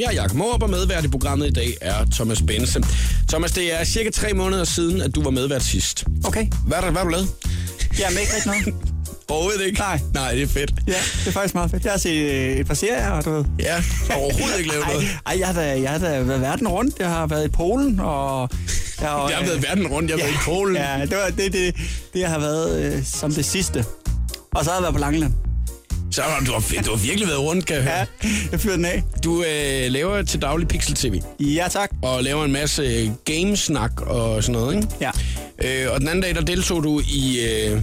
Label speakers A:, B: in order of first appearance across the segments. A: Jeg er Jakob Morup, og medvært i programmet i dag er Thomas Bense. Thomas, det er cirka tre måneder siden, at du var medvært sidst.
B: Okay.
A: Hvad har du- hvad har du lavet?
B: Jamen ikke rigtig noget.
A: Overhovedet ikke?
B: Nej.
A: Nej, det er fedt.
B: Ja, det er faktisk meget fedt. Jeg har set øh, et par serier, og du ved.
A: Ja, overhovedet ikke lavet noget.
B: Ej, ej, jeg har da, jeg har da været verden rundt. Jeg har været i Polen, og... Jeg har,
A: Jeg har været verden rundt, jeg har været i Polen.
B: Ja, det var det, det, det jeg har været øh, som det sidste. Og så har jeg været på Langeland.
A: Så har du, har- du har virkelig været rundt, kan jeg høre.
B: Ja, jeg fyrer den af.
A: Du øh, laver til daglig Pixel TV,
B: Ja, tak.
A: og laver en masse øh, gamesnak og sådan noget, ikke?
B: Ja,
A: Øh, og den anden dag, der deltog du i øh,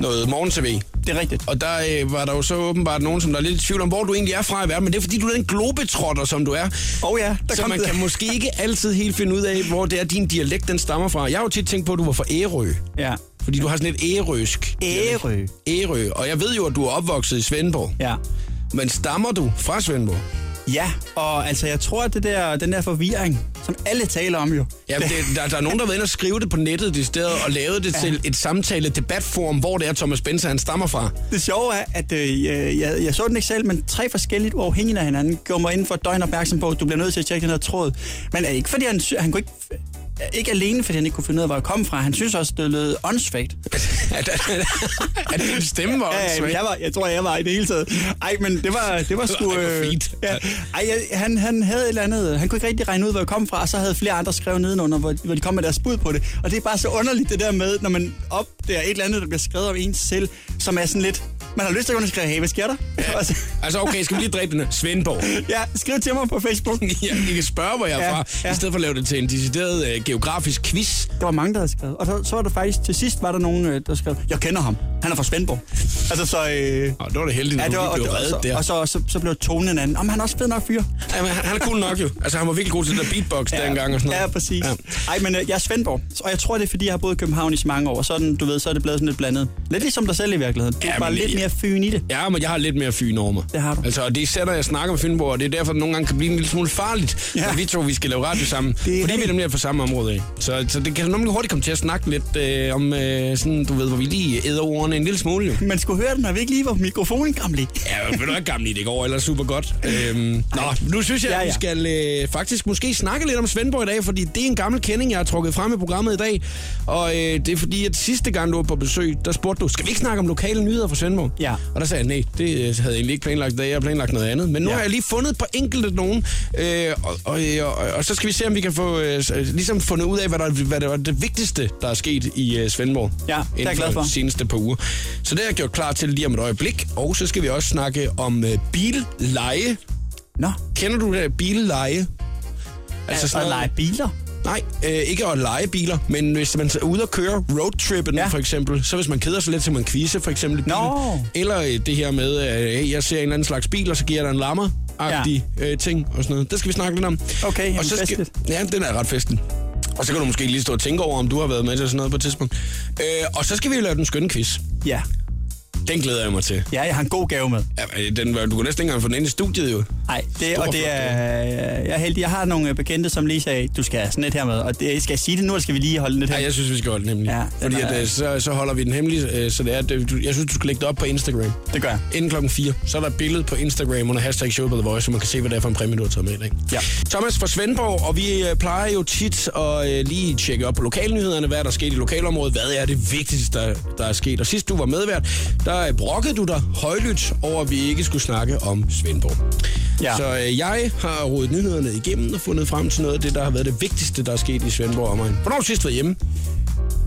A: noget morgen-tv.
B: det er rigtigt.
A: Og der øh, var der jo så åbenbart nogen, som der er lidt i tvivl om, hvor du egentlig er fra i verden. Men det er fordi, du er den globetrotter, som du er.
B: Åh oh, ja, der
A: så
B: kom
A: man
B: det.
A: kan måske ikke altid helt finde ud af, hvor det er, din dialekt den stammer fra. Jeg har jo tit tænkt på, at du var fra Ærø.
B: Ja.
A: Fordi du har sådan et ærøsk. dialekt.
B: Ærø.
A: Ærø. Og jeg ved jo, at du er opvokset i Svendborg.
B: Ja.
A: Men stammer du fra Svendborg?
B: Ja, og altså, jeg tror, at det der, den der forvirring, som alle taler om jo,
A: Ja, det, der, der er nogen, der har været inde og skrive det på nettet i stedet, og lavet det ja. til et samtale debatforum, hvor det er Thomas Benser, han stammer fra.
B: Det sjove er, at øh, jeg, jeg, jeg så den ikke selv, men tre forskelligt uafhængigt af hinanden gjorde mig inden for et døgn opmærksom på, at du bliver nødt til at tjekke den her tråd. Men er ikke fordi han, sy- han kunne ikke... Ikke alene, fordi han ikke kunne finde ud af, hvor jeg kom fra. Han synes også, det lød åndssvagt.
A: at, at, at din stemme var
B: Ja,
A: åndssvag.
B: jeg, var, jeg tror, jeg var i det hele taget. Ej, men det var, det var sgu...
A: Ej, hvor
B: øh,
A: fint.
B: Ja. Ej, jeg, han, han havde et eller andet... Han kunne ikke rigtig regne ud, hvor jeg kom fra, og så havde flere andre skrevet nedenunder, hvor, hvor de kom med deres bud på det. Og det er bare så underligt, det der med, når man opdager et eller andet, der bliver skrevet om ens selv, som er sådan lidt... Man har lyst til at gå ind og skrive, hey, hvad sker der? Ja. Og så,
A: Altså, okay, skal vi lige dræbe den her? Svendborg.
B: Ja, skriv til mig på Facebook. Der
A: Ja, I kan spørge, hvor jeg er
B: Ja,
A: fra,
B: ja.
A: i stedet for at lave det til en decideret øh, geografisk quiz.
B: var mange, der havde skrevet. Og så, så var der faktisk, til sidst var der nogen, øh, der skrev, jeg kender ham, han er fra Svendborg. Altså så... Øh,
A: Og det var det heldigt, at
B: det
A: ja,
B: var,
A: du
B: og,
A: lige blev reddet
B: og, så,
A: der.
B: og så, og så, så blev tonen en anden. Om han er også fed nok fyr.
A: Jamen, han, han er cool nok jo. Altså, han var virkelig god til det der beatbox ja. dengang og sådan noget.
B: Ja, præcis. Ja. Ej, men øh, jeg er Svendborg, og jeg tror, det er, fordi jeg har boet i København i så mange år. og Sådan, du ved, så er det blevet sådan lidt blandet. Lidt ligesom dig selv i virkeligheden. Du
A: Ja,
B: er bare
A: men
B: lidt
A: det-
B: mere fyn i det.
A: Ja, men jeg har lidt mere fyn over mig.
B: Det har du.
A: Altså, og det er især, når jeg snakker med Fynborg, og det er derfor, det nogle gange kan blive en lille smule farligt, ja.
B: Ja.
A: når vi to vi skal lave radio sammen.
B: er
A: Det fordi vi
B: rigtigt.
A: nemlig er fra samme område af. Så, så det kan nemlig hurtigt komme til at snakke lidt øh, om, øh, sådan, du ved, hvor vi lige æder ordene en lille smule jo.
B: Man skulle høre den, når vi ikke lige var på mikrofonen, gamle.
A: Ja, men ved du ikke, gammel i det går ellers super godt. Øhm, nå, nu synes jeg,
B: Ja,
A: at vi
B: ja.
A: skal øh, faktisk måske snakke lidt om Svendborg i dag, fordi det er en gammel kending, jeg har trukket frem i programmet i dag. Og øh, det er fordi, at sidste gang du var på besøg, der spurgte du, skal vi ikke snakke om lokale nyheder fra Svendborg?
B: Ja.
A: Og der sagde jeg, nej, det øh, havde jeg egentlig ikke planlagt i dag, jeg har planlagt noget andet. Men nu ja.
B: Ja.
A: har jeg lige fundet et par enkelte nogen, øh, og, og, og, og, og så skal vi se, om vi kan få øh, s- øh, ligesom fundet ud af, hvad der, hvad der var det vigtigste, der er sket i øh, Svendborg.
B: Ja, det er jeg
A: inden
B: glad for.
A: de seneste par uger. Så det har jeg gjort klar til lige om et øjeblik. Og så skal vi også snakke om øh, billeje.
B: Nå,
A: Kender du det der billeje?
B: altså, altså
A: sådan
B: at
A: noget-
B: lege biler.
A: Nej, øh, ikke at lege biler, men hvis man er ude og køre roadtrippen ja.
B: Ja.
A: for eksempel, så hvis man keder sig lidt, så man quizze for eksempel i bilen.
B: Nå.
A: Eller øh, det her med, at øh, jeg ser en eller anden slags bil, og så giver jeg dig en lammer agtig ja. øh, ting og sådan noget. Det skal vi snakke lidt om.
B: Okay, jamen,
A: og så skal,
B: festligt.
A: Ja, den er ret festen. Og så kan du måske lige stå og tænke over, om du har været med til sådan noget på et tidspunkt. Øh, og så skal vi jo lave den skønne quiz.
B: Ja.
A: Den glæder jeg mig til.
B: ja, jeg har en god gave med.
A: Ja, øh, den, var- du kunne næsten ikke engang få den ind i studiet, jo.
B: Nej, det,
A: Stor
B: og det er, jeg er heldig. Jeg har nogle øh, bekendte, som lige sagde, du skal have sådan et her med. Og det, skal jeg sige det nu, eller skal vi lige holde lidt her?
A: Ja, jeg synes, vi skal holde den hemmelig.
B: Ja, den
A: Fordi
B: er-
A: at, øh, så, så holder vi den hemmelig, øh, så det er, at øh, du- jeg synes, du skal lægge det op på Instagram.
B: Det gør jeg.
A: Inden klokken 4, så er der et billede på Instagram under hashtag show by the voice, så man kan se, hvad det er for en præmie, du har taget med i dag.
B: Ja.
A: Thomas fra Svendborg, og vi øh, plejer jo tit at øh, lige tjekke op på lokalnyhederne, hvad er der sket i lokalområdet, hvad er det vigtigste, der, der er sket. Og sidst du var medvært, der øh, brokkede du dig højlydt over, at vi ikke skulle snakke om Svendborg.
B: Ja.
A: Så øh, jeg har rodet nyhederne igennem og fundet frem til noget af det, der har været det vigtigste, der er sket i Svendborg omegn. Hvornår har du sidst været hjemme?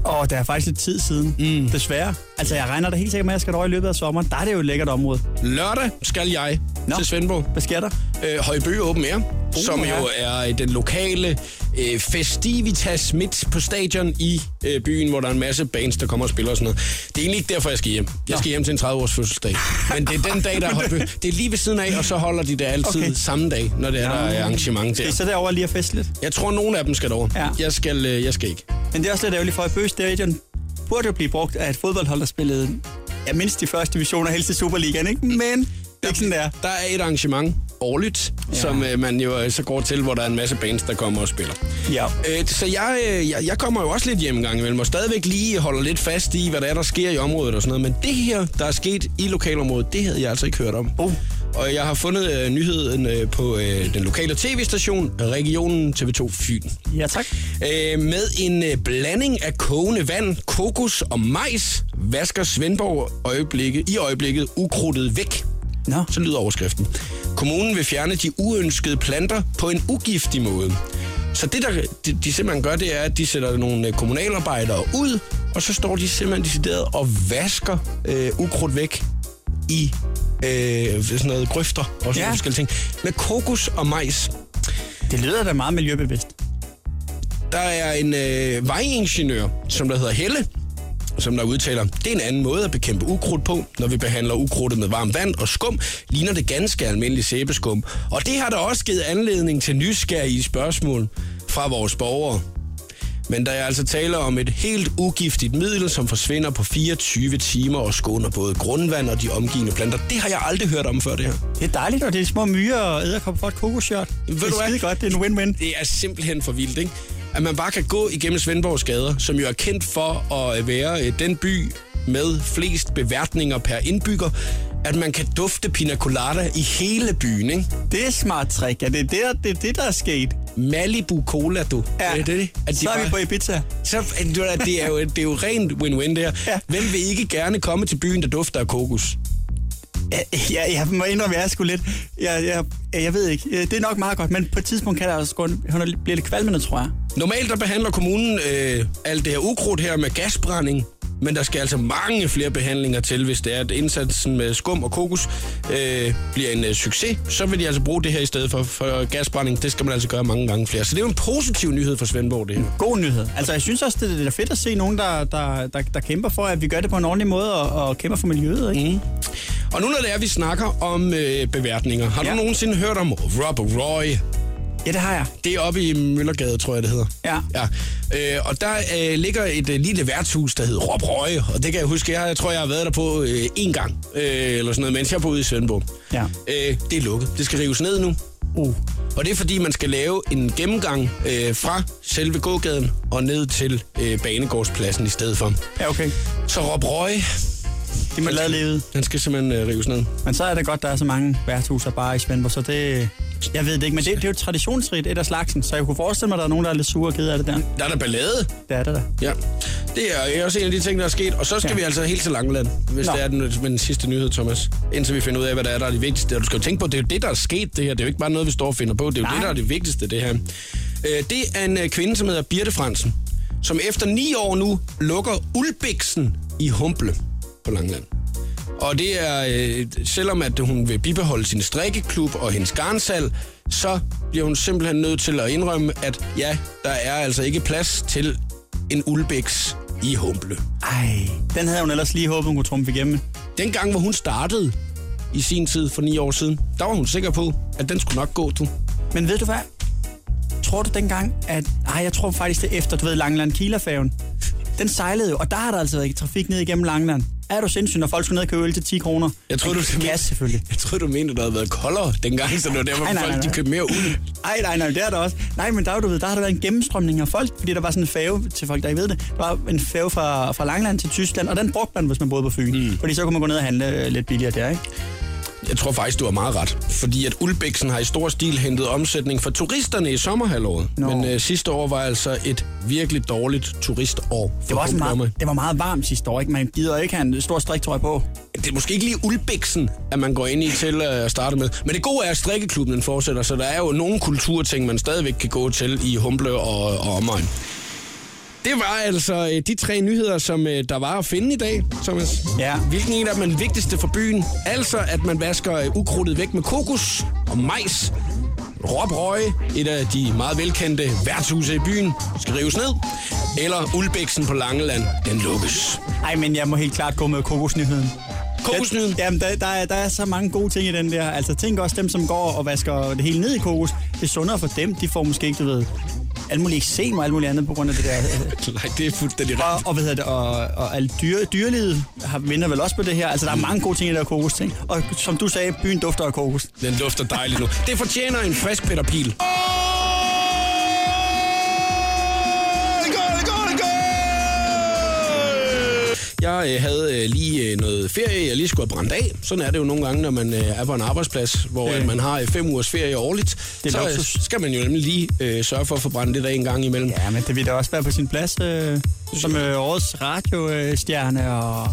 B: Og det er faktisk lidt tid siden, mm. desværre. Altså, jeg regner da helt sikkert med, at jeg skal over i løbet af sommeren. Der er det jo et lækkert område.
A: Lørdag skal jeg Nå.
B: Nå.
A: til Svendborg.
B: Hvad sker der?
A: øh, Højbø Open Air, uh, som
B: ja.
A: jo er øh, den lokale øh, festivitas midt på stadion i øh, byen, hvor der er en masse bands, der kommer og spiller og sådan noget. Det er egentlig ikke derfor, jeg skal hjem. Jeg skal hjem til en 30-års fødselsdag. Men det er den dag, der er Højbø. Det er lige ved siden af, og så holder de det altid okay.
B: Okay.
A: samme dag, når det er, der er arrangement
B: Det er
A: der.
B: så derovre lige at feste lidt.
A: Jeg tror, nogen af dem skal derover.
B: Ja.
A: Jeg, skal, øh, jeg skal ikke.
B: Men det er også lidt ærgerligt for, at Bøge Stadion burde jo blive brugt af et fodboldhold, der spillede ja, mindst de første divisioner, helst i Superligaen, ikke? Men det er ikke sådan, det er.
A: Der er et arrangement årligt, ja. som øh, man jo øh, så går til, hvor der er en masse bands, der kommer og spiller.
B: Ja.
A: Øh, så jeg, øh, jeg, jeg kommer jo også lidt hjem en gang imellem, og stadigvæk lige holder lidt fast i, hvad der er, der sker i området og sådan noget. Men det her, der er sket i lokalområdet, det havde jeg altså ikke hørt om.
B: Oh.
A: Og jeg har fundet øh, nyheden øh, på øh, den lokale tv-station, regionen TV2 Fyn.
B: Ja, tak.
A: Øh, med en øh, blanding af kogende vand, kokos og majs, vasker Svendborg øjeblikke, i øjeblikket ukrudtet væk.
B: Nå.
A: Så lyder overskriften. Kommunen vil fjerne de uønskede planter på en ugiftig måde. Så det, der de, de simpelthen gør, det er, at de sætter nogle øh, kommunalarbejdere ud, og så står de simpelthen decideret og vasker øh, ukrudt væk i øh, sådan noget grøfter og sådan
B: Ja.
A: ja. forskellige ting. Med kokos og majs.
B: Det lyder da meget miljøbevidst.
A: Der er en øh, vejingeniør, som der hedder Helle, som der udtaler, det er en anden måde at bekæmpe ukrudt på. Når vi behandler ukrudtet med varmt vand og skum, ligner det ganske almindelig sæbeskum. Og det har der også givet anledning til nysgerrige spørgsmål fra vores borgere. Men der er altså tale om et helt ugiftigt middel, som forsvinder på 24 timer og skåner både grundvand og de omgivende planter. Det har jeg aldrig hørt om før, det her.
B: Det er dejligt, og det er små myrer og æderkopper for et kokosshot. Det
A: du
B: er
A: hvad?
B: skide godt, det er en win-win.
A: det er simpelthen for vildt, ikke? At man bare kan gå igennem Svendborgs gader, som jo er kendt for at være øh, den by med flest beværtninger per indbygger, at man kan dufte pina colada i hele byen, ikke?
B: Det er et smart trick, ja. Det er det, det, er det der er sket.
A: Malibu Cola, du.
B: Ja.
A: Er det det? At de
B: Så er vi
A: bare-
B: på Ibiza.
A: så, øh, du ved, det, er jo, det er jo rent win-win, det her.
B: Ja.
A: Hvem vil ikke gerne komme til byen, der dufter af kokos?
B: Ja, jeg, jeg må indrømme, jeg er sgu lidt... Jeg, jeg, jeg ved ikke. Ja, Det er nok meget godt, men på et tidspunkt kan der også gå... en- Hun er- bliver lidt kvalmende, tror jeg.
A: Normalt der behandler kommunen øh, alt det her ukrudt her med gasbrænding, men der skal altså mange flere behandlinger til, hvis det er, at indsatsen med skum og kokos øh, bliver en øh, succes. Så vil de altså bruge det her i stedet for, for gasbrænding. Det skal man altså gøre mange gange flere. Så det er jo en positiv nyhed for Svendborg, det her.
B: God nyhed. Altså, jeg synes også, det er fedt at se nogen, der, der, der, der kæmper for, at vi gør det på en ordentlig måde og, og kæmper for miljøet, ikke? Mm.
A: Og nu når det er, at vi snakker om øh, beværtninger. Har ja.
B: Ja.
A: du nogensinde hørt om Rob Roy?
B: Ja, det har jeg.
A: Det er oppe i Møllergade, tror jeg, det hedder.
B: Ja.
A: ja. Øh, og der øh, ligger et øh, lille værtshus, der hedder Rob Røge, og det kan jeg huske, jeg, jeg tror, jeg har været der på øh, én gang, øh, eller sådan noget, mens jeg boede i Svendborg.
B: Ja.
A: Øh, det er lukket. Det skal rives ned nu.
B: Uh.
A: Og det er fordi, man skal lave en gennemgang øh, fra selve gågaden og ned til øh, Banegårdspladsen i stedet for.
B: Ja, okay.
A: Så Rob Røge,
B: Det må lade levet.
A: han skal simpelthen øh, rives ned.
B: Men så er det godt, der er så mange værtshuser bare i Svendborg, så det... Jeg ved det ikke, men det, det er jo traditionsrigt et af slagsen, så jeg kunne forestille mig, at der er nogen, der er lidt sure og kede af det der.
A: Der er der ballade.
B: Det er det da.
A: Ja, det er også en af de ting, der er sket. Og så skal ja.
B: Ja.
A: vi altså helt til Langeland, hvis
B: Nå.
A: Nå. det er den, med den sidste nyhed, Thomas. Indtil vi finder ud af, hvad der er, der er det vigtigste. Og du skal jo tænke på, det er jo det, der er sket det her. Det er jo ikke bare noget, vi står og finder på. Det er jo
B: Nej.
A: det, der er det vigtigste, det her. Øh, Det er en øh, kvinde, som hedder Birte Fransen, som efter ni år nu lukker Ulbiksen i Humble på Langeland. Og det er, øh, selvom at hun vil bibeholde sin strikkeklub og hendes garnsal, så bliver hun simpelthen nødt til at indrømme, at ja, der er altså ikke plads til en ulbæks i Humble.
B: Ej, den havde hun ellers lige håbet, hun kunne trumfe igennem.
A: Den gang, hvor hun startede i sin tid for ni år siden, der var hun sikker på, at den skulle nok gå, du.
B: Men ved du hvad? Tror du dengang, at... Ej, jeg tror faktisk, det er efter, du ved, Langeland Kielerfærgen. Den sejlede jo, og der har der altså været trafik ned igennem Langeland. Er du sindssyg, når folk skulle ned og købe øl til 10 kroner?
A: Jeg troede, du-
B: det gas, selvfølgelig.
A: Jeg troede, du mente, at der havde været koldere dengang, så det var derfor,
B: Nej, nej, nej,
A: folk de
B: nej.
A: købte mere uld.
B: Ej, nej, nej, det er der også. Nej, men der, er jo, du ved, der har der været en gennemstrømning af folk, fordi der var sådan en færge, til folk, der ikke ved det, der var en færge fra, fra Langland til Tyskland, og den brugte man, hvis man boede på Fyn. Mm. Fordi så kunne man gå ned og handle øh, lidt billigere der, ikke?
A: Jeg tror faktisk, du har meget ret. Fordi at Ulbæksen har i stor stil hentet omsætning for turisterne i sommerhalvåret.
B: Nå.
A: Men øh, sidste år var altså et virkelig dårligt turistår. For
B: Det var, også en
A: Humble.
B: meget, det var meget varmt sidste år, ikke? Man gider ikke have en stor striktrøje på.
A: Det er måske ikke lige Ulbæksen, at man går ind i til øh, at starte med. Men det gode er, at strikkeklubben den fortsætter, så der er jo nogle kulturting, man stadigvæk kan gå til i Humble og, og omegn. Det var altså øh, de tre nyheder, som øh, der var at finde i dag, Thomas.
B: Ja.
A: Hvilken en af dem er den vigtigste for byen? Altså, at man vasker øh, ukrudtet væk med kokos og majs. Rob Røge, et af de meget velkendte værtshuse i byen, skal rives ned. Eller Ulbæksen på Langeland, den lukkes.
B: Ej, men jeg må helt klart gå med kokosnyheden.
A: Kokosnyden.
B: Den- Jamen, der, der, er, der er så mange gode ting i den der. Altså, tænk også dem, som går og vasker det hele ned i kokos. Det er sundere for dem. De får måske ikke, du ved, alle mulige eksem og alt muligt andet på grund af det der. øh,
A: Nej, det er fuldstændig rigtigt.
B: Og, og, hvad hedder det, og, og alt dyre, dyrelivet har, vinder vel også på det her. Altså, der er mange gode ting i det der kokos ting. Og som du sagde, byen dufter af kokos.
A: Den lufter dejligt nu. Det fortjener en frisk Peter Pil. Jeg Jeg øh, havde øh, lige øh, noget ferie, jeg lige skulle have brændt af. Sådan er det jo nogle gange, når man øh, er på en arbejdsplads, hvor
B: Ja.
A: øh. man har øh, fem ugers ferie årligt.
B: Det er
A: så øh,
B: luksus.
A: skal man jo nemlig lige øh, sørge for at få brændt det af en gang imellem.
B: Ja, men det ville da også være på sin plads øh, som øh, årets radiostjerne. Og...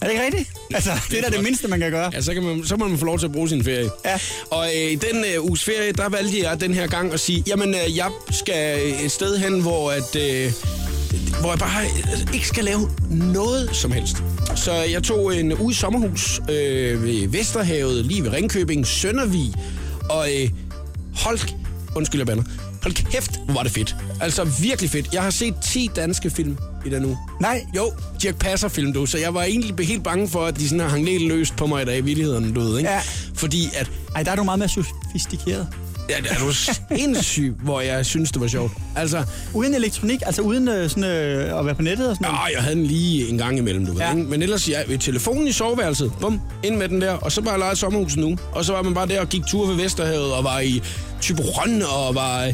B: Er det ikke rigtigt? Altså, det er da det mindste, man kan gøre.
A: Ja, så, kan man, så må man få lov til at bruge sin ferie.
B: Ja.
A: Og øh, i den øh, uges ferie, der valgte jeg den her gang at sige, jamen øh, jeg skal øh, et sted hen, hvor, at, øh, hvor jeg bare øh, ikke skal lave noget som helst. Så jeg tog en uge i sommerhus øh, ved Vesterhavet, lige ved Ringkøbing, Søndervig, og øh, holdt, undskyld jeg bander, hold kæft, hvor var det fedt. Altså virkelig fedt. Jeg har set 10 danske film i den uge.
B: Nej,
A: Jo, Dirk Passer film, du. Så jeg var egentlig helt bange for, at de sådan har hang lidt løst på mig i dag i virkeligheden, du ved, ikke?
B: Ja.
A: Fordi at,
B: Ej, der er du meget mere sofistikeret.
A: at er du sindssyg, hvor jeg synes, det var sjovt. Altså,
B: Uden elektronik, altså uden øh, sådan, øh, at være på nettet og sådan noget.
A: åh, jeg havde den lige en gang imellem, du ved,
B: Ja.
A: ja. ikke? Men ellers, jeg ved telefonen i soveværelset, bum, ind med den der, og så bare lejet sommerhuset nu. Og så var man bare der og gik tur ved Vesterhavet, og var i Typeron, og var øh,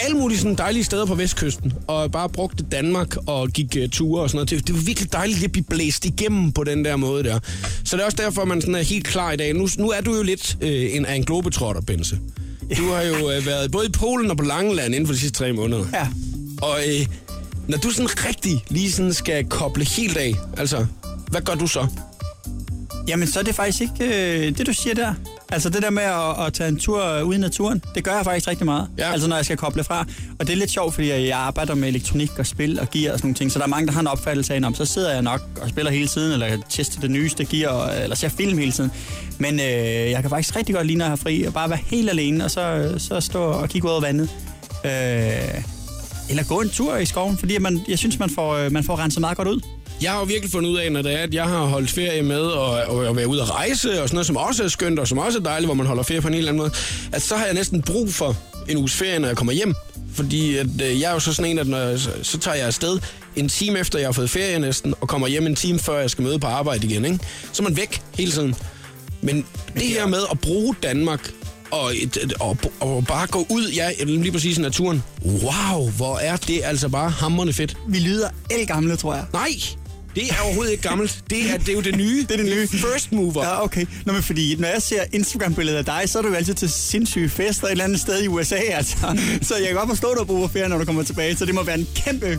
A: alle mulige sådan dejlige steder på Vestkysten, og bare brugte Danmark og gik uh, ture og sådan noget. Det, det var virkelig dejligt at blive blæst igennem på den der måde der. Så det er også derfor, man sådan er helt klar i dag. Nu, nu er du jo lidt øh, en, af en globetrotter, Bense. Du har jo øh, været både i Polen og på Langeland inden for de sidste tre måneder.
B: Ja.
A: Og øh, når du sådan rigtig lige sådan skal koble helt af, altså, hvad gør du så?
B: Jamen, så er det faktisk ikke øh, det, du siger der. Altså det der med at, at tage en tur øh, ude i naturen, det gør jeg faktisk rigtig meget.
A: Ja.
B: Altså når jeg skal koble fra. Og det er lidt sjovt, fordi jeg arbejder med elektronik og spil og gear og sådan nogle ting. Så der er mange, der har en opfattelse af, om så sidder jeg nok og spiller hele tiden, eller jeg tester det nyeste gear, og, eller ser film hele tiden. Men øh, jeg kan faktisk rigtig godt lide, når jeg har fri, og bare være helt alene, og så, så stå og kigge ud over vandet. Øh, eller gå en tur i skoven, fordi man, jeg synes, man får, øh, man får renset meget godt ud.
A: Jeg har jo virkelig fundet ud af, når det er, at jeg har holdt ferie med og, og at være ude at rejse og sådan noget, som også er skønt og som også er dejligt, hvor man holder ferie på en helt anden måde, at så har jeg næsten brug for en uges ferie, når jeg kommer hjem. Fordi at, øh, jeg er jo så sådan en, at når jeg, så, så tager jeg afsted en time efter, jeg har fået ferie næsten, og kommer hjem en time før, jeg skal møde på arbejde igen. Ikke? Så er man væk hele tiden. Men det her med at bruge Danmark og, et, et, og, og bare gå ud, ja, lige præcis i naturen. Wow, hvor er det altså bare hammerende fedt.
B: Vi lyder elgamle, tror jeg.
A: Nej, det er overhovedet ikke gammelt. Det er, det er jo det nye. Det er det nye. First mover. Ja.
B: Ja, okay. Nå, men fordi, når jeg ser Instagram-billeder af dig, så er du jo altid til sindssyge fester et eller andet sted i USA, altså. Så jeg kan godt forstå, at du bruger ferie, når du kommer tilbage. Så det må være en kæmpe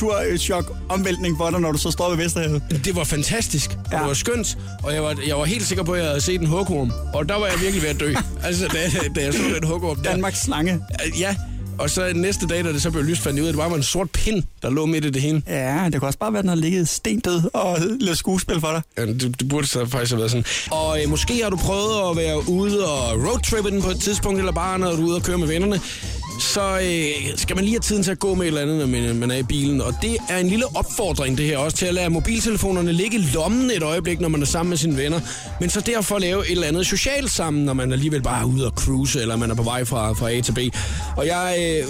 B: kulturchok omvæltning for dig, når du så står ved Vesterhavet.
A: Det var fantastisk. Ja.
B: Ja.
A: Det var skønt. Og jeg var, jeg var helt sikker på, at jeg havde set en hukkorm. Og der var jeg virkelig ved at dø. altså, da, da jeg så den hukkorm der.
B: Danmarks slange.
A: Ja. Og så næste dag, da det så blev lyst, fandt jeg ud af, at det bare var en sort pind, der lå midt i det hele.
B: Ja, det kunne også bare være, at den har ligget stendød og lavet skuespil for dig.
A: Ja, det, det burde så faktisk have været sådan. Og øh, måske har du prøvet at være ude og roadtrippe den på et tidspunkt, eller bare når du er ude og køre med vennerne. Så øh, skal man lige have tiden til at gå med et eller andet, når man, man er i bilen. Og det er en lille opfordring, det her også, til at lade mobiltelefonerne ligge i lommen et øjeblik, når man er sammen med sine venner. Men så derfor lave et eller andet socialt sammen, når man alligevel bare er ude og cruise, eller man er på vej fra, fra A til B. Og jeg øh,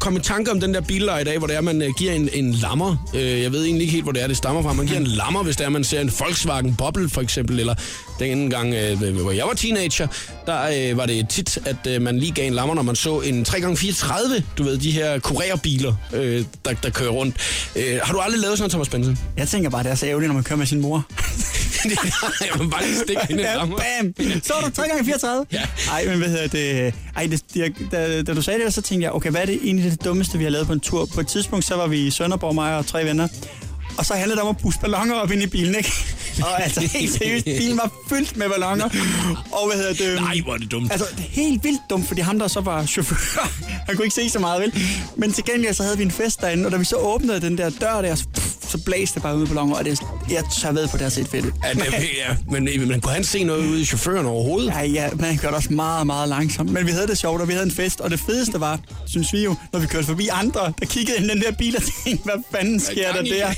A: kom i tanke om den der billeder i dag, hvor det er, man øh, giver en, en lammer. Øh, jeg ved egentlig ikke helt, hvor det er, det stammer fra. Man giver en lammer, hvis det er, man ser en Volkswagen Bobble, for eksempel. Eller den anden gang, øh, hvor jeg var teenager, der øh, var det tit, at øh, man lige gav en lammer, når man så en 3x34, du ved, de her kurerbiler, øh, der, der kører rundt. Øh, har du aldrig lavet sådan noget, Thomas Benson?
B: Jeg tænker bare, det er så ærgerligt, når man kører med sin mor.
A: jeg vil bare lige stikke hende en
B: Ja,
A: lammer.
B: bam! Så er du 3 gange 34.
A: Ja.
B: Ej, men hvad hedder det? Ej, det, jeg, da, da, du sagde det, så tænkte jeg, okay, hvad er det egentlig det dummeste, vi har lavet på en tur? På et tidspunkt, så var vi i Sønderborg, mig og tre venner. Og så handlede det om at puste ballonger op ind i bilen, ikke? Og altså, helt seriøst, bilen var fyldt med ballonger. Og hvad hedder det?
A: Nej, hvor er det dumt.
B: Altså, det er helt vildt dumt, fordi ham, der så var chauffør, han kunne ikke se så meget, vel? Men til gengæld, så havde vi en fest derinde, og da vi så åbnede den der dør der, så, pff, så blæste det bare ud på ballonger, og det, jeg tør ved på, det har set fedt. ud.
A: Ja, det, ja, men, men kunne han se noget ude i chaufføren overhovedet?
B: Ja, ja, man gør det også meget, meget langsomt. Men vi havde det sjovt, og vi havde en fest, og det fedeste var, synes vi jo, når vi kørte forbi andre, der kiggede ind i den der bil og tænkte, hvad fanden sker der
A: gang i
B: der?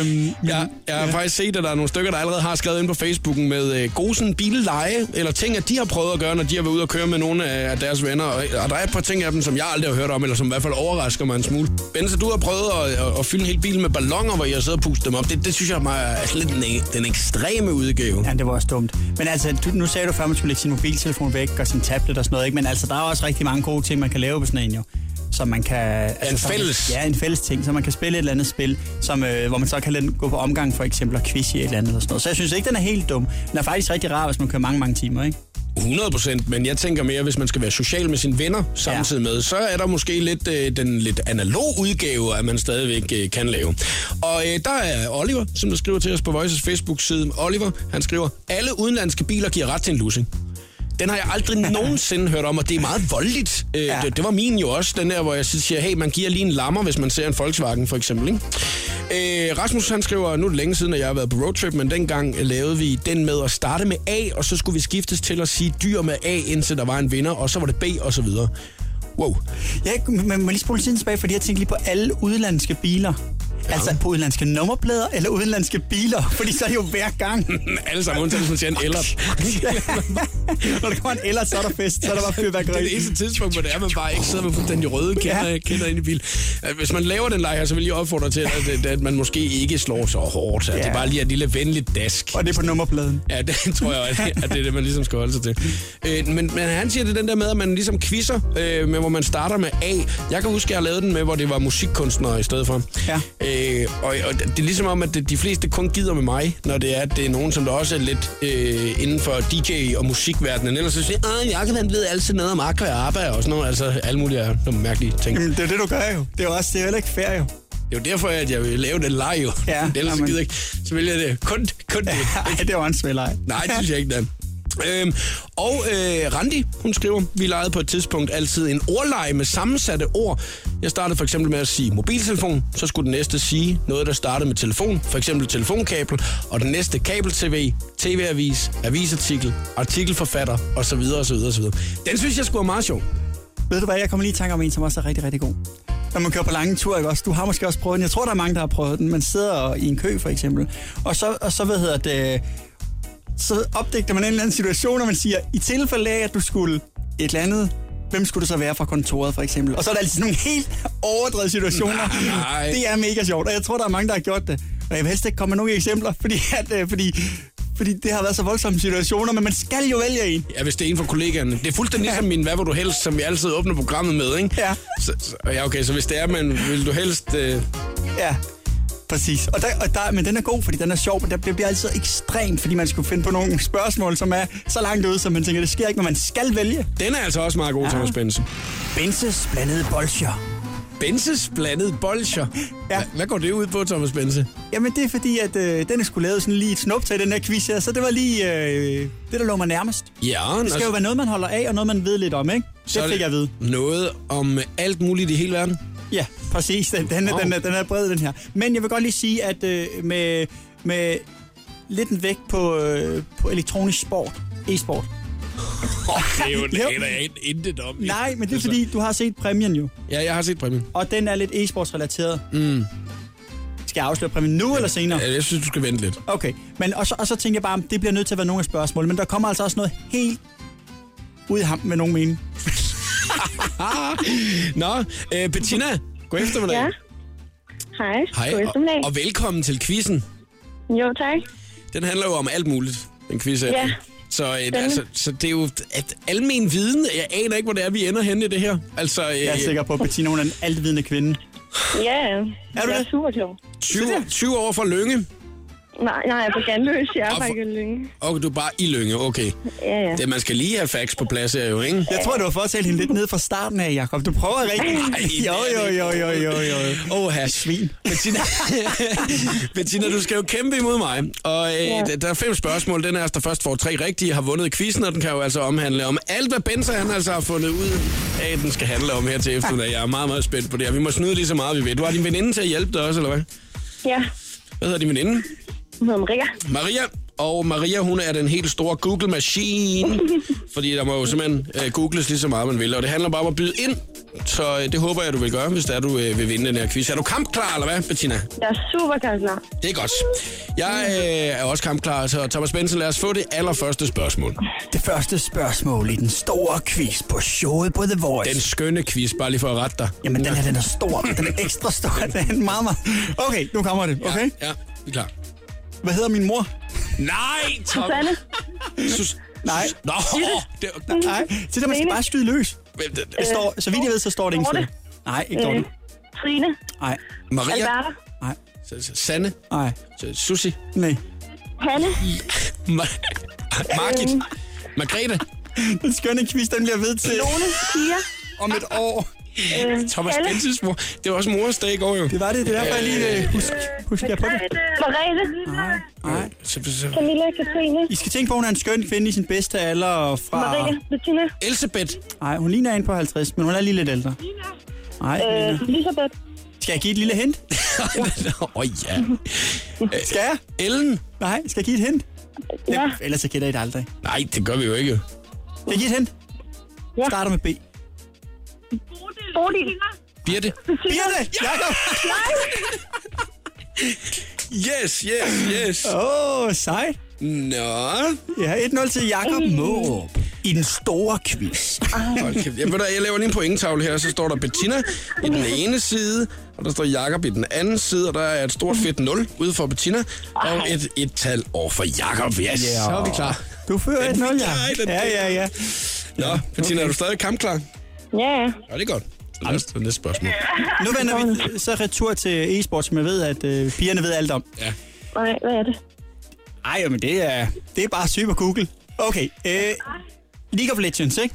B: øhm,
A: Ja, jeg har ja. faktisk set, at der er nogle stykker, der allerede har skrevet ind på Facebooken med øh, gode sådan billeje, eller ting, at de har prøvet at gøre, når de har været ude og køre med nogle af af deres venner. Og, og der er et par ting af dem, som jeg aldrig har hørt om, eller som i hvert fald overrasker mig en smule. Benz, du har prøvet at, at, at fylde en hel bil med ballonger, hvor jeg har siddet og pustet dem op. Det, det synes jeg er meget, altså lidt den, e- den ekstreme udgave.
B: Ja, det var også dumt. Men altså, du, nu sagde du før, at man skulle lægge sin mobiltelefon væk og sin tablet og sådan noget, ikke? Men altså, der er også rigtig mange gode ting, man kan lave på sådan en, jo. som man kan... Altså,
A: en
B: som-
A: fælles?
B: Ja, en fælles ting, så man kan spille et eller andet spil, som, øh, hvor man så kan lade den gå på omgang, for eksempel, og quiz i et eller andet. Og sådan noget. Så jeg synes ikke, den er helt dum. Den er faktisk rigtig rar, hvis man kører mange, mange timer, ikke?
A: 100 procent, men jeg tænker mere, hvis man skal være social med sine venner samtidig med, så er der måske lidt øh, den lidt analog udgave, at man stadigvæk øh, kan lave. Og øh, der er Oliver, som der skriver til os på Voices Facebook-side. Oliver, han skriver, alle udenlandske biler giver ret til en lussing. Den har jeg aldrig nogensinde hørt om, og det er meget voldeligt. Øh, ja.
B: Ja.
A: det, det var min jo også, den der, hvor jeg siger, hey, man giver lige en lammer, hvis man ser en Volkswagen for eksempel. Ikke? Øh, Rasmus han skriver, nu er det længe siden, at jeg har været på roadtrip, men dengang øh, lavede vi den med at starte med A, og så skulle vi skiftes til at sige dyr med A, indtil der var en vinder, og så var det B og så videre. Wow.
B: Ja, ikke? men man må lige spole tiden tilbage, fordi jeg tænkte lige på alle udenlandske biler. Ja. Altså på udenlandske nummerplader eller udenlandske biler, fordi så er det jo hver gang.
A: Alle sammen undtagen, hvis man siger en eller.
B: Når der kommer en eller, så er der fest, så er der bare
A: Det er
B: fyrværkeri.
A: det eneste tidspunkt, hvor det er, man bare ikke sidder med fuldstændig røde kender, ja.
B: Ja.
A: kender ind i bil. At Hvis man laver den lejr, så vil jeg opfordre til, at, at, at man måske ikke slår så hårdt. At ja.
B: Ja.
A: det bare lige er et lille venligt dask.
B: Og det er på nummerpladen.
A: Ja, det tror jeg, at det- at det er det, man ligesom skal holde sig til. Øh, men, men han siger det er den der med, at man ligesom quizzer, øh, men hvor man starter med A. Jeg kan huske, at jeg lavede den med, hvor det var musikkunstnere i stedet for.
B: Ja.
A: Øh, og, og det er ligesom om, at det, de fleste kun gider med mig, når det er, at det er nogen, som der også er lidt øh, inden for DJ- og musikverdenen. Ellers så siger de, at Jacob han ved altid noget om Aqua og ABBA og sådan noget. Altså alle mulige nogle mærkelige ting.
B: Jamen, det er det, du gør jo. Det er jo også, det er heller ikke fair jo.
A: Det er jo derfor, at jeg vil lave den live. jo.
B: Ja,
A: Ellers så
B: jamen.
A: gider jeg ikke. Så vil jeg det. Kun, kun det.
B: Nej, det er jo en svælej.
A: Nej, det synes jeg ikke, det er. Øhm, og øh, Randi, hun skriver, vi legede på et tidspunkt altid en ordleje med sammensatte ord. Jeg startede for eksempel med at sige mobiltelefon, så skulle den næste sige noget, der startede med telefon, for eksempel telefonkabel, og den næste kabel-tv, tv-avis, avisartikel, artikelforfatter osv. osv. osv. Den synes jeg skulle være meget sjov.
B: Ved du hvad, jeg kommer lige i tanke om en, som også er rigtig, rigtig god. Når man kører på lange ture, ikke også? Du har måske også prøvet den. Jeg tror, der er mange, der har prøvet den. Man sidder i en kø, for eksempel. Og så, og så hvad hedder det... Så opdægter man en eller anden situation, og man siger, i tilfælde af, at du skulle et eller andet, hvem skulle det så være fra kontoret, for eksempel? Og så er der altid sådan nogle helt overdrevet situationer.
A: Nej.
B: Det er mega sjovt, og jeg tror, der er mange, der har gjort det. Og jeg vil helst ikke komme med nogle eksempler, fordi, at, øh, fordi, fordi det har været så voldsomme situationer, men man skal jo vælge en.
A: Ja, hvis det er en fra kollegaerne. Det er fuldstændig ligesom min, hvad vil du helst, som vi altid åbner programmet med, ikke?
B: Ja.
A: Så, så, ja, okay, så hvis det er, men vil du helst... Øh,
B: Ja, præcis. Og der, og der, men den er god, fordi den er sjov, men der, det bliver altid ekstremt, fordi man skulle finde på nogle spørgsmål, som er så langt ude, som man tænker, det sker ikke, men man skal vælge.
A: den er altså også meget god, ja. Thomas Benson.
B: Benses blandede bolsjer.
A: Benses blandet bolcher.
B: Ja.
A: Ja. Hvad går det ud på, Thomas Bense?
B: Jamen, det er fordi, at øh, den er skulle lavet sådan lige et snup til den her quiz her, så det var lige øh, det, der lå mig nærmest.
A: Ja,
B: Det skal jo være noget, man holder af, og noget, man ved lidt om, ikke?
A: så er
B: det fik jeg at vide.
A: Noget om alt muligt i hele verden.
B: Ja, præcis. Den, den,
A: Wow.
B: wow. den, er- den er bred, den her. Men jeg vil godt lige sige, at øh, med, med lidt en vægt på, øh, på elektronisk sport, e-sport,
A: Det er jo det
B: Jo.
A: er der in- intet om.
B: Nej, men det er
A: Altså,
B: fordi, du har set præmien jo.
A: Ja, jeg har set præmien.
B: Og den er lidt e-sports-relateret. Mm. Skal jeg afsløre præmien nu eller senere?
A: Ja, Jeg synes, du skal vente lidt.
B: Okay, men og så, og så tænker jeg bare, om det bliver nødt til at være nogle af spørgsmål. Men der kommer altså også noget helt ud i ham med nogen mening.
A: Nå, øh, Bettina, god eftermiddag.
C: Ja. Hej.
A: Hej,
C: God eftermiddag.
A: og, og velkommen til quizzen.
C: Jo, tak.
A: Den handler jo om alt muligt, den quiz her.
C: Ja.
A: Så, øh, altså, så det er jo at almen viden. Jeg aner ikke, hvor det er, vi ender henne i det her. Altså, øh,
B: Jeg er sikker på, at Bettina hun er en altvidende kvinde.
C: Ja,
B: Er du
C: jeg
B: det?
C: er super klog.
A: 20, 20 år fra Lønge,
C: Nej, nej, jeg er på Gandløs. Jeg er
A: Og
C: fra
A: for-
C: Gyllinge.
A: og du er bare i Lønge, okay.
C: Ja, ja.
A: Det, man skal lige have facts på plads her jo, ikke?
B: Jeg tror, du har fortalt hende lidt ned fra starten af, Jakob. Du prøver rigtig.
A: det
B: Jo,
A: er det
B: jo,
A: ikke.
B: jo, jo, jo, jo.
A: Åh, her.
B: Svin.
A: Bettina, Bettina, du skal jo kæmpe imod mig. Og øh, ja. der er fem spørgsmål. Den er, der først får tre rigtige, har vundet quizzen, og den kan jo altså omhandle om alt, hvad Benza han altså har fundet ud af, den skal handle om her til eftermiddag. Jeg er meget, meget spændt på det her. Vi må snyde lige så meget, vi ved. Du har din veninde til at hjælpe dig også, eller hvad?
C: Ja,
A: Hvad hedder din veninde?
C: hun hedder Maria.
A: Maria. Og Maria, hun er den helt store Google-maskine, fordi der må jo simpelthen øh, googles lige så meget, man vil. Og det handler bare om at byde ind, så øh, det håber jeg, du vil gøre, hvis det er, du øh, vil vinde den her quiz. Er du kampklar, eller hvad, Bettina?
C: Jeg er super klar.
A: Det er godt. Jeg øh, er også kampklar, så Thomas Benson, lad os få det allerførste spørgsmål.
B: Det første spørgsmål i den store quiz på showet på The Voice.
A: Den skønne quiz, bare lige for at rette dig.
B: Jamen, den her, den er stor. Den er ekstra stor. Den er meget, meget... Okay, nu kommer det, okay?
A: Ja, ja, vi er klar.
B: Hvad hedder min mor?
A: Nej, Tom.
C: Sanne,
A: Sus-
B: Nej.
A: Nå, det,
B: Nej, det der, man skal bare skyde løs.
A: det, det,
B: Det står, så vidt jeg ved, så står det ingen
C: Øh, Dorte.
B: sted. Nej, ikke
C: Øh,
B: Dorte.
C: Trine.
B: Nej,
A: Maria.
C: Alberta.
B: nej,
A: S- s- Sanne.
B: nej,
A: S- Susi.
B: nej.
C: Hanne.
A: Ma- Margit.
C: Øhm.
A: Margrethe.
B: Den skønne quiz, den bliver ved til
C: Lone. Pia.
B: om et år.
C: Øh,
A: Thomas
C: Kalle.
A: Bensens mor. Det var også mors dag i går jo.
B: Det var det, det er derfor, jeg lige øh, husk, husk jeg på det.
C: Margrethe.
B: Nej, nej.
A: Så, så.
C: Camilla. Katrine.
B: I skal tænke på, at hun er en skøn kvinde i sin bedste alder og fra...
C: Maria. Bettina.
A: Elisabeth.
B: Nej, hun ligner en på 50, men hun er lige lidt ældre. Nej,
C: Øh,
B: Lina.
C: Elisabeth.
B: Skal jeg give et lille hint?
A: Åh oh, ja.
B: Skal jeg?
A: Ellen.
B: Nej, skal jeg give et hint?
C: Ja.
B: Ellers så kender I det aldrig.
A: Nej, det gør vi jo ikke.
B: Skal jeg give et hint?
C: Ja.
B: Starter med B.
C: Bodil.
A: Birte.
B: Birte! Jakob!
A: Yes, yes, yes.
B: Åh, oh, sejt.
A: Nå.
B: Ja, 1-0 til Jakob Måb i den store quiz.
A: Hold kæft. Jeg, ved du, hvad, jeg laver lige en pointtavle her, så står der Bettina i den ene side, og der står Jakob i den anden side, og der er et stort fedt 0 ude for Bettina, og et et tal over for Jakob. Yes, yeah. så er vi klar.
B: Du fører 1-0,
A: fik jeg,
B: Jakob.
A: den
B: Ja,
A: fik
B: ja, ja.
A: Nå, Bettina, er du stadig kampklar?
C: Ja, ja.
A: Ja, det er godt. Så lad os tage næste spørgsmål.
B: Nu vender vi så retur til e-sport, som jeg ved, at øh, pigerne ved alt om.
A: Ja.
C: Nej, hvad er det?
B: Ej, men det er, det er bare syg på Google. Okay, øh, League of Legends, ikke?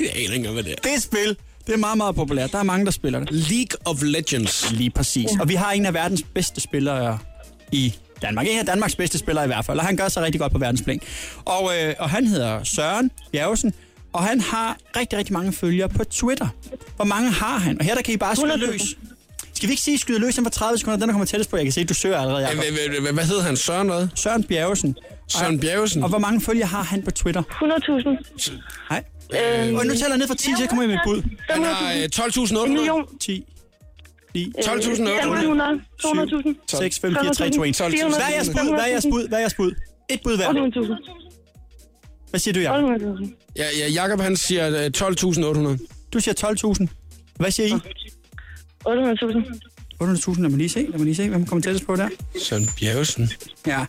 A: Jeg aner ikke engang, hvad det er.
B: Det er et spil. Det er meget, meget populært. Der er mange, der spiller det.
A: League of Legends.
B: Lige præcis. Og vi har en af verdens bedste spillere i Danmark. En af Danmarks bedste spillere i hvert fald, og han gør sig rigtig godt på verdensplan. Og, øh, og han hedder Søren Bjergesen, og han har rigtig, rigtig mange følgere på Twitter. Hvor mange har han? Og her der kan I bare skyde
C: 100.000.
B: løs. Skal vi ikke sige, skyde løs den for 30 sekunder? Den, der kommer tættest på, jeg kan se, du søger allerede, Jacob.
A: Hvad- hvad- hvad- Hvad hedder han? Søren hvad?
B: Søren Bjergesen.
A: Søren Bjergesen?
B: Og hvor mange følgere har han på Twitter?
C: 100.000.
B: Nej. Øh, og nu tæller jeg ned fra 10, så kommer jeg med et bud.
A: Han har øh,
C: En
A: 12.800.
C: million.
B: 10, 9,
A: Øh,
C: 500. 200.000.
B: 6, 5, 4, 3, 2, 1.
A: 12.000.
B: Hvad er jeres bud? Hvad er jeres bud? Hvad er jeres bud? Et bud hver.
C: 800.000.
B: Hvad siger du, Jacob?
C: 800.000.
A: Ja, ja, Jakob han siger øh, 12.800.
B: Du siger 12.000. Hvad siger I?
C: 800.000.
B: 800.000, lad mig lige se. Lad mig lige se, hvem kommer tættest på der.
A: Søren Bjergesen.
B: Ja.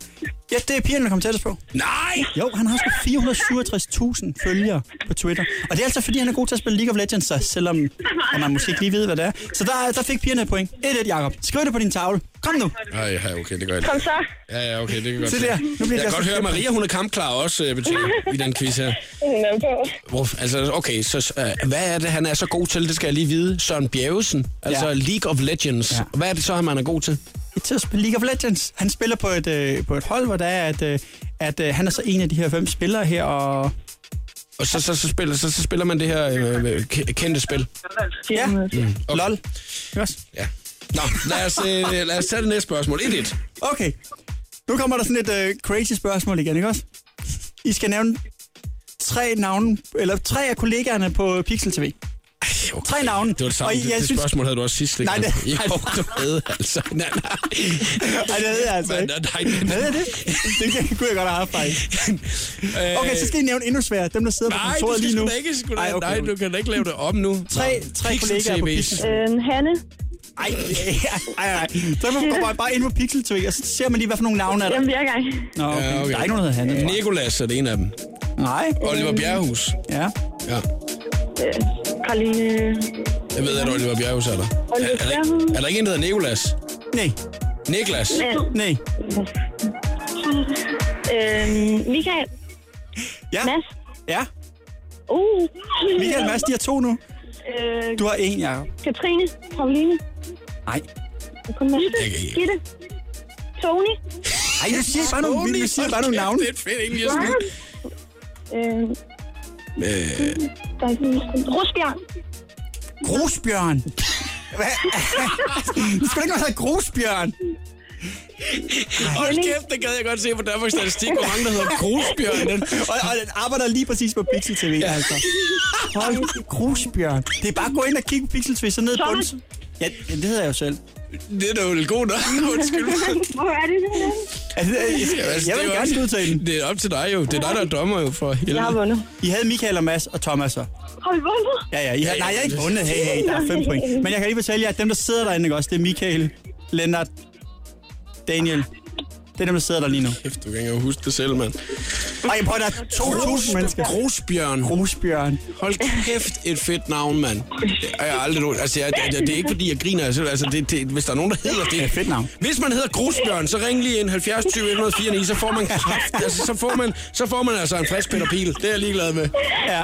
B: Ja, det er pigerne, der kommer tættest på.
A: Nej!
B: Jo, han har sgu 467.000 følgere på Twitter. Og det er altså, fordi han er god til at spille League of Legends, så selvom at man måske ikke lige ved, hvad det er. Så der, der fik pigerne et point. 1-1, Jacob. Skriv det på din tavle. Kom nu.
A: Ej, ja, okay, det gør jeg ikke.
C: Kom så.
A: Ja, ja, okay, det kan jeg godt
B: Se der. Nu bliver
A: jeg
B: jeg
A: kan
B: så
A: godt høre,
B: kæmpe.
A: Maria, hun er kampklar også, øh, betyder, det, i den quiz her. Hvor, altså, okay, så øh, hvad er det, han er så god til? Det skal jeg lige vide. Søren Bjergesen, altså
B: Ja.
A: League of Legends.
B: Ja.
A: Hvad er det så, han er god til?
B: til at spille League of Legends. Han spiller på et, øh, på et hold, hvor der er, at, øh, at øh, han er så en af de her fem spillere her, og
A: Og så, så, så, spiller, så, så spiller man det her øh, øh, ke- kendte spil.
B: ja, mm.
A: Okay.
B: lol. Ikke også?
A: Ja. Nå, lad os, øh, lad os tage det næste spørgsmål. 1-1.
B: Okay, nu kommer der sådan et øh, crazy spørgsmål igen, ikke også? I skal nævne tre navne, eller tre af kollegaerne på Pixel TV.
A: Okay.
B: Tre navne.
A: Det var det samme.
B: Og
A: Det,
B: jeg
A: det
B: synes-
A: spørgsmål havde du også sidst, ikke?
B: Nej, det-
A: Jo, du havde altså. Nej, nej.
B: Nej, det havde jeg altså ikke.
A: Nej, nej, nej.
B: Havde jeg det? Det kunne jeg godt have haft, faktisk.
A: Øh,
B: Okay, så skal I nævne endnu sværere. Dem, der sidder på
A: Nej, du
B: kontoret
A: skal
B: lige nu.
A: sgu da ikke, sgu da,
B: Ej, okay.
A: nej, du kan da ikke lave det om nu.
B: Tre-
A: Nå,
B: tre
A: Pixel
B: kollegaer på
A: TV's.
B: Pixel.
C: Øh, Hanne.
B: Ej, ej, ej. Så man går bare ind på Pixel TV, og så ser man lige, hvad for nogle navne er der.
C: Jamen, vi er i gang.
B: Nå, okay.
A: Ja, okay.
B: Der er ikke noget, der hedder Hanne.
A: Nikolas er det en af dem.
B: Nej.
A: Oliver Bjerrehus.
B: Ja.
A: Ja.
C: Øh, Karoline.
A: Jeg ved, at Oliver Bjerrehus er der. Er,
C: Oliver
A: er, der ikke, er der ikke en, der hedder Nikolas?
B: Nej.
A: Niklas?
B: Nej.
C: Øh, Michael.
B: Ja.
C: Mads.
B: Ja.
C: Uh.
B: Michael Mads, de har to nu.
C: Øh,
B: Du har en, Jacob.
C: Katrine. Karoline.
B: Nej.
C: Kom med.
A: Jeg kan ikke-
C: Gitte. Tony.
B: Ej, du siger bare nogle, vilde- du siger bare nogle navne.
A: Det er fedt, egentlig. Jeg skal...
C: Øh,
A: Øh,
C: der er ikke nogen. Rosbjerg.
B: Grusbjørn. Hvad? Det skulle ikke være grusbjørn.
A: hold kæft, det gad jeg godt se på Danmarks Statistik, hvor mange der hedder Grusbjørnen.
B: Og, og den arbejder lige præcis på Pixel TV, ja. altså. Hold grusbjørn. Det er bare at gå ind og kigge på Pixel TV, så ned i bunden.
C: Thomas.
B: Ja, ja, det hedder jeg jo selv.
A: Det er da jo god nok. Undskyld mig.
C: Hvor er det?
B: Altså, jeg,
A: Jamen, altså, det
B: jeg vil
A: er jo
B: gerne
A: også-
B: udtale den.
A: Det er op til dig jo. Det er dig, der er dommer jo for
C: Jeg har
A: helvede.
C: vundet.
B: I havde Michael og Mads og Thomas så.
C: Har vi vundet?
B: Ja, ja, I har,
A: ja,
B: nej, jeg er ikke
A: det-
B: vundet. Hey, hey, der er fem point. Men jeg kan lige fortælle jer, at dem, der sidder derinde, ikke også, det er Michael, Lennart, Daniel. Det er dem, der sidder der lige nu.
A: Kæft, du kan ikke engang huske det selv, mand.
B: Ej, prøv at der er 2.000 mennesker.
A: Grusbjørn.
B: Grusbjørn.
A: Hold kæft, et fedt navn, mand. Og Jeg har aldrig nået- altså, jeg, jeg, det er ikke, fordi jeg griner. Altså, altså det, det, hvis der er nogen, der hedder det.
B: Ja, fedt navn.
A: Hvis man hedder Grusbjørn, så ring lige ind 70 20 104 9, så får man kraft. Altså, så, får man, så får man altså en frisk Peter Pil. Det er jeg ligeglad med.
B: Ja.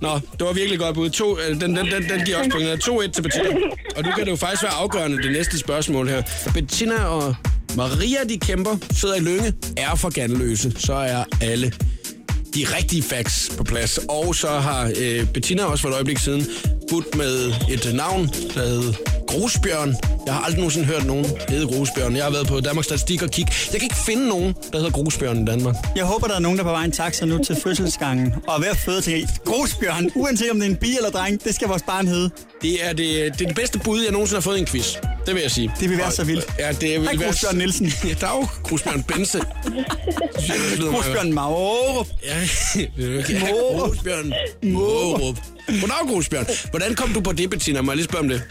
A: Nå, det var virkelig godt bud. To, øh, den, den, den, den giver også pointet. 2-1 til Bettina. Og nu kan det jo faktisk være afgørende, det næste spørgsmål her. Bettina og Maria, de kæmper, sidder i Lønge, er for Ganløse. Så er alle de rigtige facts på plads. Og så har øh, Bettina også for et øjeblik siden budt med et navn, der hed Grusbjørn. Jeg har aldrig nogensinde hørt nogen hedde Grusbjørn. Jeg har været på Danmarks Statistik og kig. Jeg kan ikke finde nogen, der hedder Grusbjørn i Danmark.
B: Jeg håber, der er nogen, der er på vej en taxa nu til fødselsgangen. Og ved at føde til grusbjørn, uanset om det er en bi eller dreng, det skal vores barn hedde.
A: Det er det, det er det bedste bud, jeg nogensinde har fået i en quiz. Det vil jeg sige.
B: Det vil være
A: Og-
B: så vildt.
A: Ja, det vil
B: Hej,
A: være...
B: Grusbjørn Nielsen.
A: Ja, dag, Grusbjørn Bense.
B: Grusbjørn Maurup.
A: Ja, ja,
B: Mårup.
A: Grusbjørn Mårup. Goddag, Grusbjørn. Hvordan kom du på det, Bettina? Må jeg lige spørge om det?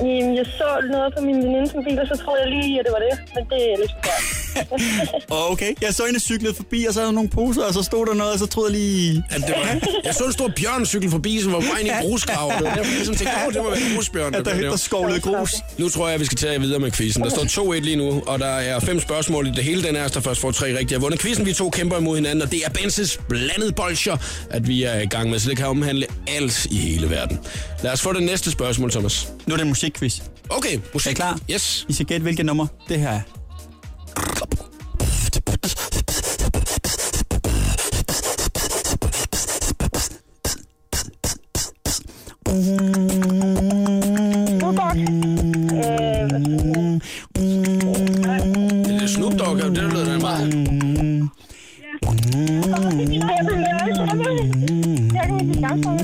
C: Jamen, jeg så noget på min venindes mobil, og så troede jeg lige, at det var det. Men det er lidt svært.
B: Okay, jeg så hende cyklede forbi, og så havde hun nogle poser, og så stod der noget, og så troede jeg lige...
A: At det var, jeg så en stor bjørncykel forbi, som var på vej ind i en grusgrav. Det var derfor, jeg ligesom tænkte, åh, det må være Grusbjørn.
B: At
A: der
B: der,
A: blev
B: der
A: nævnt.
B: skovlede grus.
A: Nu tror jeg, at vi skal tage videre med quizzen. Der står 2-1 lige nu, og der er fem spørgsmål i det hele. Den er os, der først får tre rigtige. Jeg har vundet quizzen. Vi to kæmper imod hinanden, og det er Benses blandet bolcher, at vi er i gang med. Så det kan omhandle alt i hele verden. Lad os få det næste spørgsmål, Thomas.
B: Nu er det en musikquiz.
A: Okay, musik.
B: Er I klar?
A: Yes.
B: I skal gætte, hvilket nummer det her er.
C: Udgård. Øh, hvad skal
A: Det
C: jeg sige?
A: er Snoop Dogg, og det lyder da meget.
C: Ej, jeg blev nervøs, jeg blev- Jeg kan ikke lide danserne.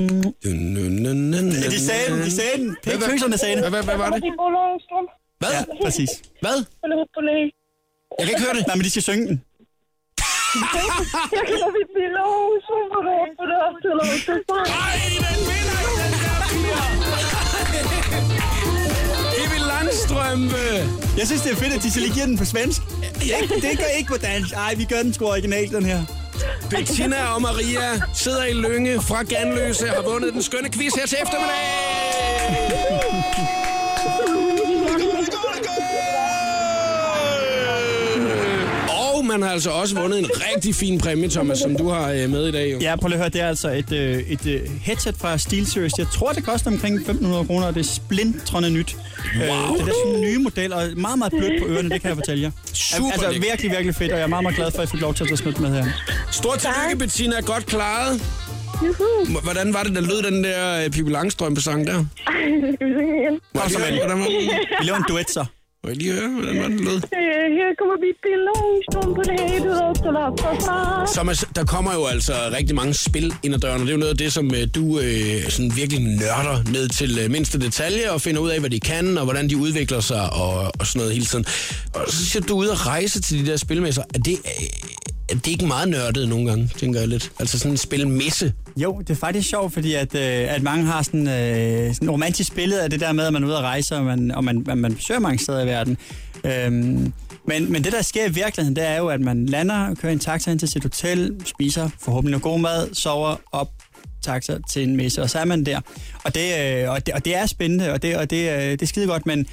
B: De sagde den, de sagde den. Det er ikke følelserne, der sagde det.
A: Hvad, hvad, hvad var det?
C: Det er Bolonstrøm.
A: Hvad?
B: Ja, præcis.
A: Hvad?
C: Bolon, bolon.
A: Jeg kan ikke høre det.
B: Nej, men de skal synge den.
C: Jeg kan lide Bolonstrøm, bolon, bolon, bolon, bolon.
A: Vivi Landstrømpe!
B: Jeg synes, det er fedt, at de så lige giver den på svensk. Ikke, det gør ikke på dansk. Ej, vi gør den sgu original, den her.
A: Bettina og Maria sidder i Lønge fra Ganløse og har vundet den skønne quiz her til eftermiddag. Og man har altså også vundet en rigtig fin præmie, Thomas, som du har øh, med i dag. Jo.
B: Ja, prøv lige at høre, det er altså et, øh, et øh, headset fra SteelSeries. Jeg tror, det koster omkring 1.500 kroner, og det er splintrende nyt. Wow. Øh, det er deres nye model, og meget, meget blødt på ørerne, det kan jeg fortælle jer.
A: Super
B: altså,
A: lækkert.
B: virkelig, virkelig fedt, og jeg er meget, meget glad for, at jeg fik lov til at tage smidt med her.
A: Stort tillykke, Bettina. Godt klaret.
C: Juhu.
A: H- Hvordan var det, der lød den der øh, Pippi Langstrømpe-sang der?
C: Ej, det skal vi synge igen.
A: Må jeg
B: så,
A: lige høre,
B: mand.
A: Hvordan var den?
B: Vi laver en duet så.
A: Må jeg lige høre, hvordan var den lød?
C: Øh, Her kommer vi Bolonstrøm, bolon, bolon, bolon, bolon.
A: Thomas, der kommer jo altså rigtig mange spil ind ad døren, og det er jo noget af det, som øh, du øh, sådan virkelig nørder ned til øh, mindste detalje og finder ud af, hvad de kan, og hvordan de udvikler sig og, og sådan noget hele tiden. Og så siger du ud og rejse til de der spilmesser. Er det, øh, er det ikke meget nørdet nogle gange, tænker jeg lidt? Altså sådan en spilmesse.
B: Jo, det er faktisk sjovt, fordi at, øh, at mange har sådan, øh, sådan romantisk billede af det der med, at man er ude at rejse, og man, og man, man, man besøger mange steder i verden. Øhm, men, men det, der sker i virkeligheden, det er jo, at man lander, kører en taxa ind til sit hotel, spiser forhåbentlig noget god mad, sover op, taxa til en messe, og så er man der. Og det, øh, og det, og det er spændende, og det, og det, øh, det er skide godt, men,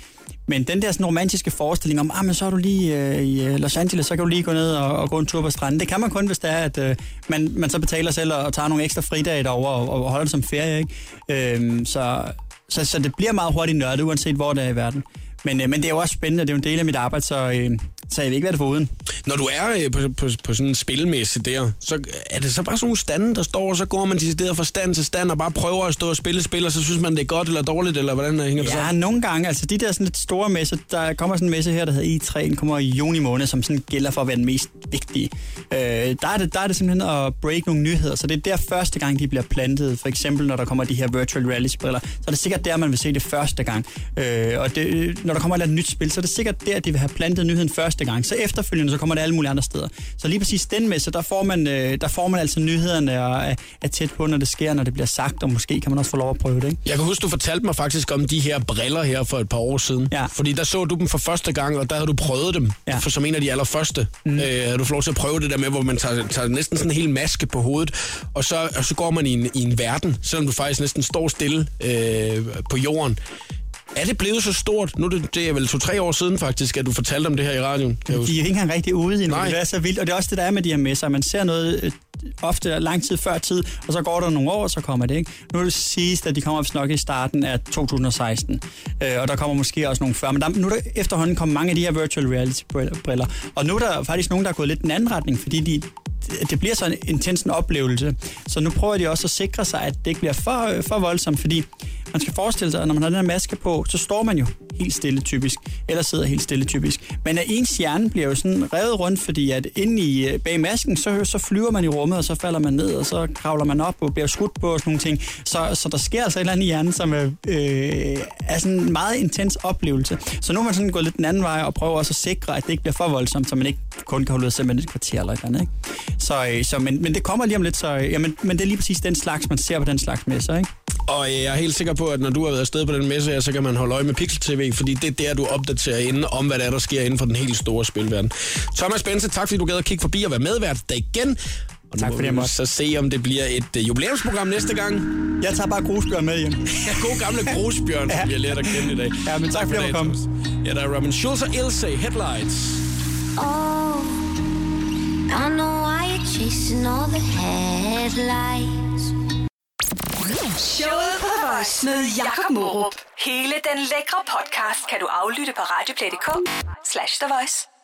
B: men den der sådan romantiske forestilling om, ah, men så er du lige øh, i øh, Los Angeles, så kan du lige gå ned og, og gå en tur på stranden. Det kan man kun, hvis det er, at øh, man, man så betaler selv og, og tager nogle ekstra fridage derovre og, og holder det som ferie. Ikke? Øhm, så, så, så det bliver meget hurtigt nørdet, uanset hvor det er i verden. Men, øh, men det er jo også spændende, og det er jo en del af mit arbejde, så, øh, så jeg vil ikke være det foruden.
A: Når du er øh, på, på, på sådan en spilmesse der, så er det så bare sådan nogle stande, der står, og så går man decideret fra stand til stand og bare prøver at stå og spille spil, og så synes man, det er godt eller dårligt, eller hvordan øh, hænger det sammen?
B: Ja, nogle gange. Altså de der sådan lidt store messer, der kommer sådan en messe her, der hedder E3, den kommer i juni måned, som sådan gælder for at være den mest vigtige. Øh, der, er det, der er det simpelthen at break nogle nyheder, så det er der første gang, de bliver plantet. For eksempel, når der kommer de her virtual reality-briller, så er det sikkert der, man vil se det første gang. Øh, og det, øh, når der kommer et eller andet nyt spil, så er det sikkert der, de vil have plantet nyheden først, næste gang. Så efterfølgende, så kommer det alle mulige andre steder. Så lige præcis den messe, der får man, øh, der får man altså nyhederne og er, er tæt på, når det sker, når det bliver sagt, og måske kan man også få lov at prøve det, ikke?
A: Jeg kan huske, du fortalte mig faktisk om de her briller her for et par år siden.
B: Ja.
A: Fordi der så du dem for første gang, og der havde du prøvet dem.
B: Ja.
A: For som en af de allerførste mm. øh, havde du fået lov til at prøve det der med, hvor man tager, tager næsten sådan en hel maske på hovedet. Og så, og så går man i en, i en verden, selvom du faktisk næsten står stille øh, på jorden. Er det blevet så stort? Nu er det, det er vel to-tre år siden faktisk, at du fortalte om det her i radioen. Kan jeg
B: De er
A: huske.
B: ikke engang rigtig ude endnu.
A: Nej.
B: Det er så vildt. Og det er også det, der er med de her messer. Man ser noget øh, ofte lang tid før tid, og så går der nogle år, og så kommer det. Ikke? Nu er det sidst, at de kommer vist nok i starten af 2016. Øh, og der kommer måske også nogle før. Men der, nu er der efterhånden kommet mange af de her virtual reality-briller. Og nu er der faktisk nogen, der er gået lidt den anden retning, fordi de, det bliver så en intens en oplevelse. Så nu prøver de også at sikre sig, at det ikke bliver for, øh, for voldsomt, fordi man skal forestille sig, at når man har den her maske på, så står man jo helt stille typisk, eller sidder helt stille typisk. Men at ens hjerne bliver jo sådan revet rundt, fordi at inde i, øh, bag masken, så, så flyver man i rummet, og så falder man ned, og så kravler man op og bliver skudt på og sådan nogle ting. Så, så der sker altså et eller andet i hjernen, som er, øh, er sådan en meget intens oplevelse. Så nu er man sådan gået lidt den anden vej og prøver også at sikre, at det ikke bliver for voldsomt, så man ikke kun kan holde ud af simpelthen et kvarter eller et eller andet. Ikke? Så, øh, så, men, men det kommer lige om lidt, så øh, ja, men, men det er lige præcis den slags, man ser på den slags messer, ikke?
A: Og øh, jeg er helt sikker på, at når du har været afsted på den messe her, så kan man holde øje med Pixel TV, fordi det er der, du opdaterer inden om, hvad der, er, der sker inden for den helt store spilverden. Thomas Bense, tak fordi du gad at kigge forbi og være medvært der igen. Og nu
B: Tak
A: må
B: fordi jeg
A: vi
B: måtte.
A: Så se, om det bliver et øh, jubilæumsprogram næste gang.
B: Jeg tager bare grusbjørn med hjem.
A: Ja, god gamle grusbjørn, som vi har lært at kende i dag.
B: Ja, men tak fordi jeg måtte komme.
A: komme. Ja, der er Robin Schulz og Ilse, Headlights.
D: Oh, I know why you're chasing all the headlights.
E: Showet på The Voice med Jakob Morup. Hele den lækre podcast kan du aflytte på radioplay.dk slash The Voice.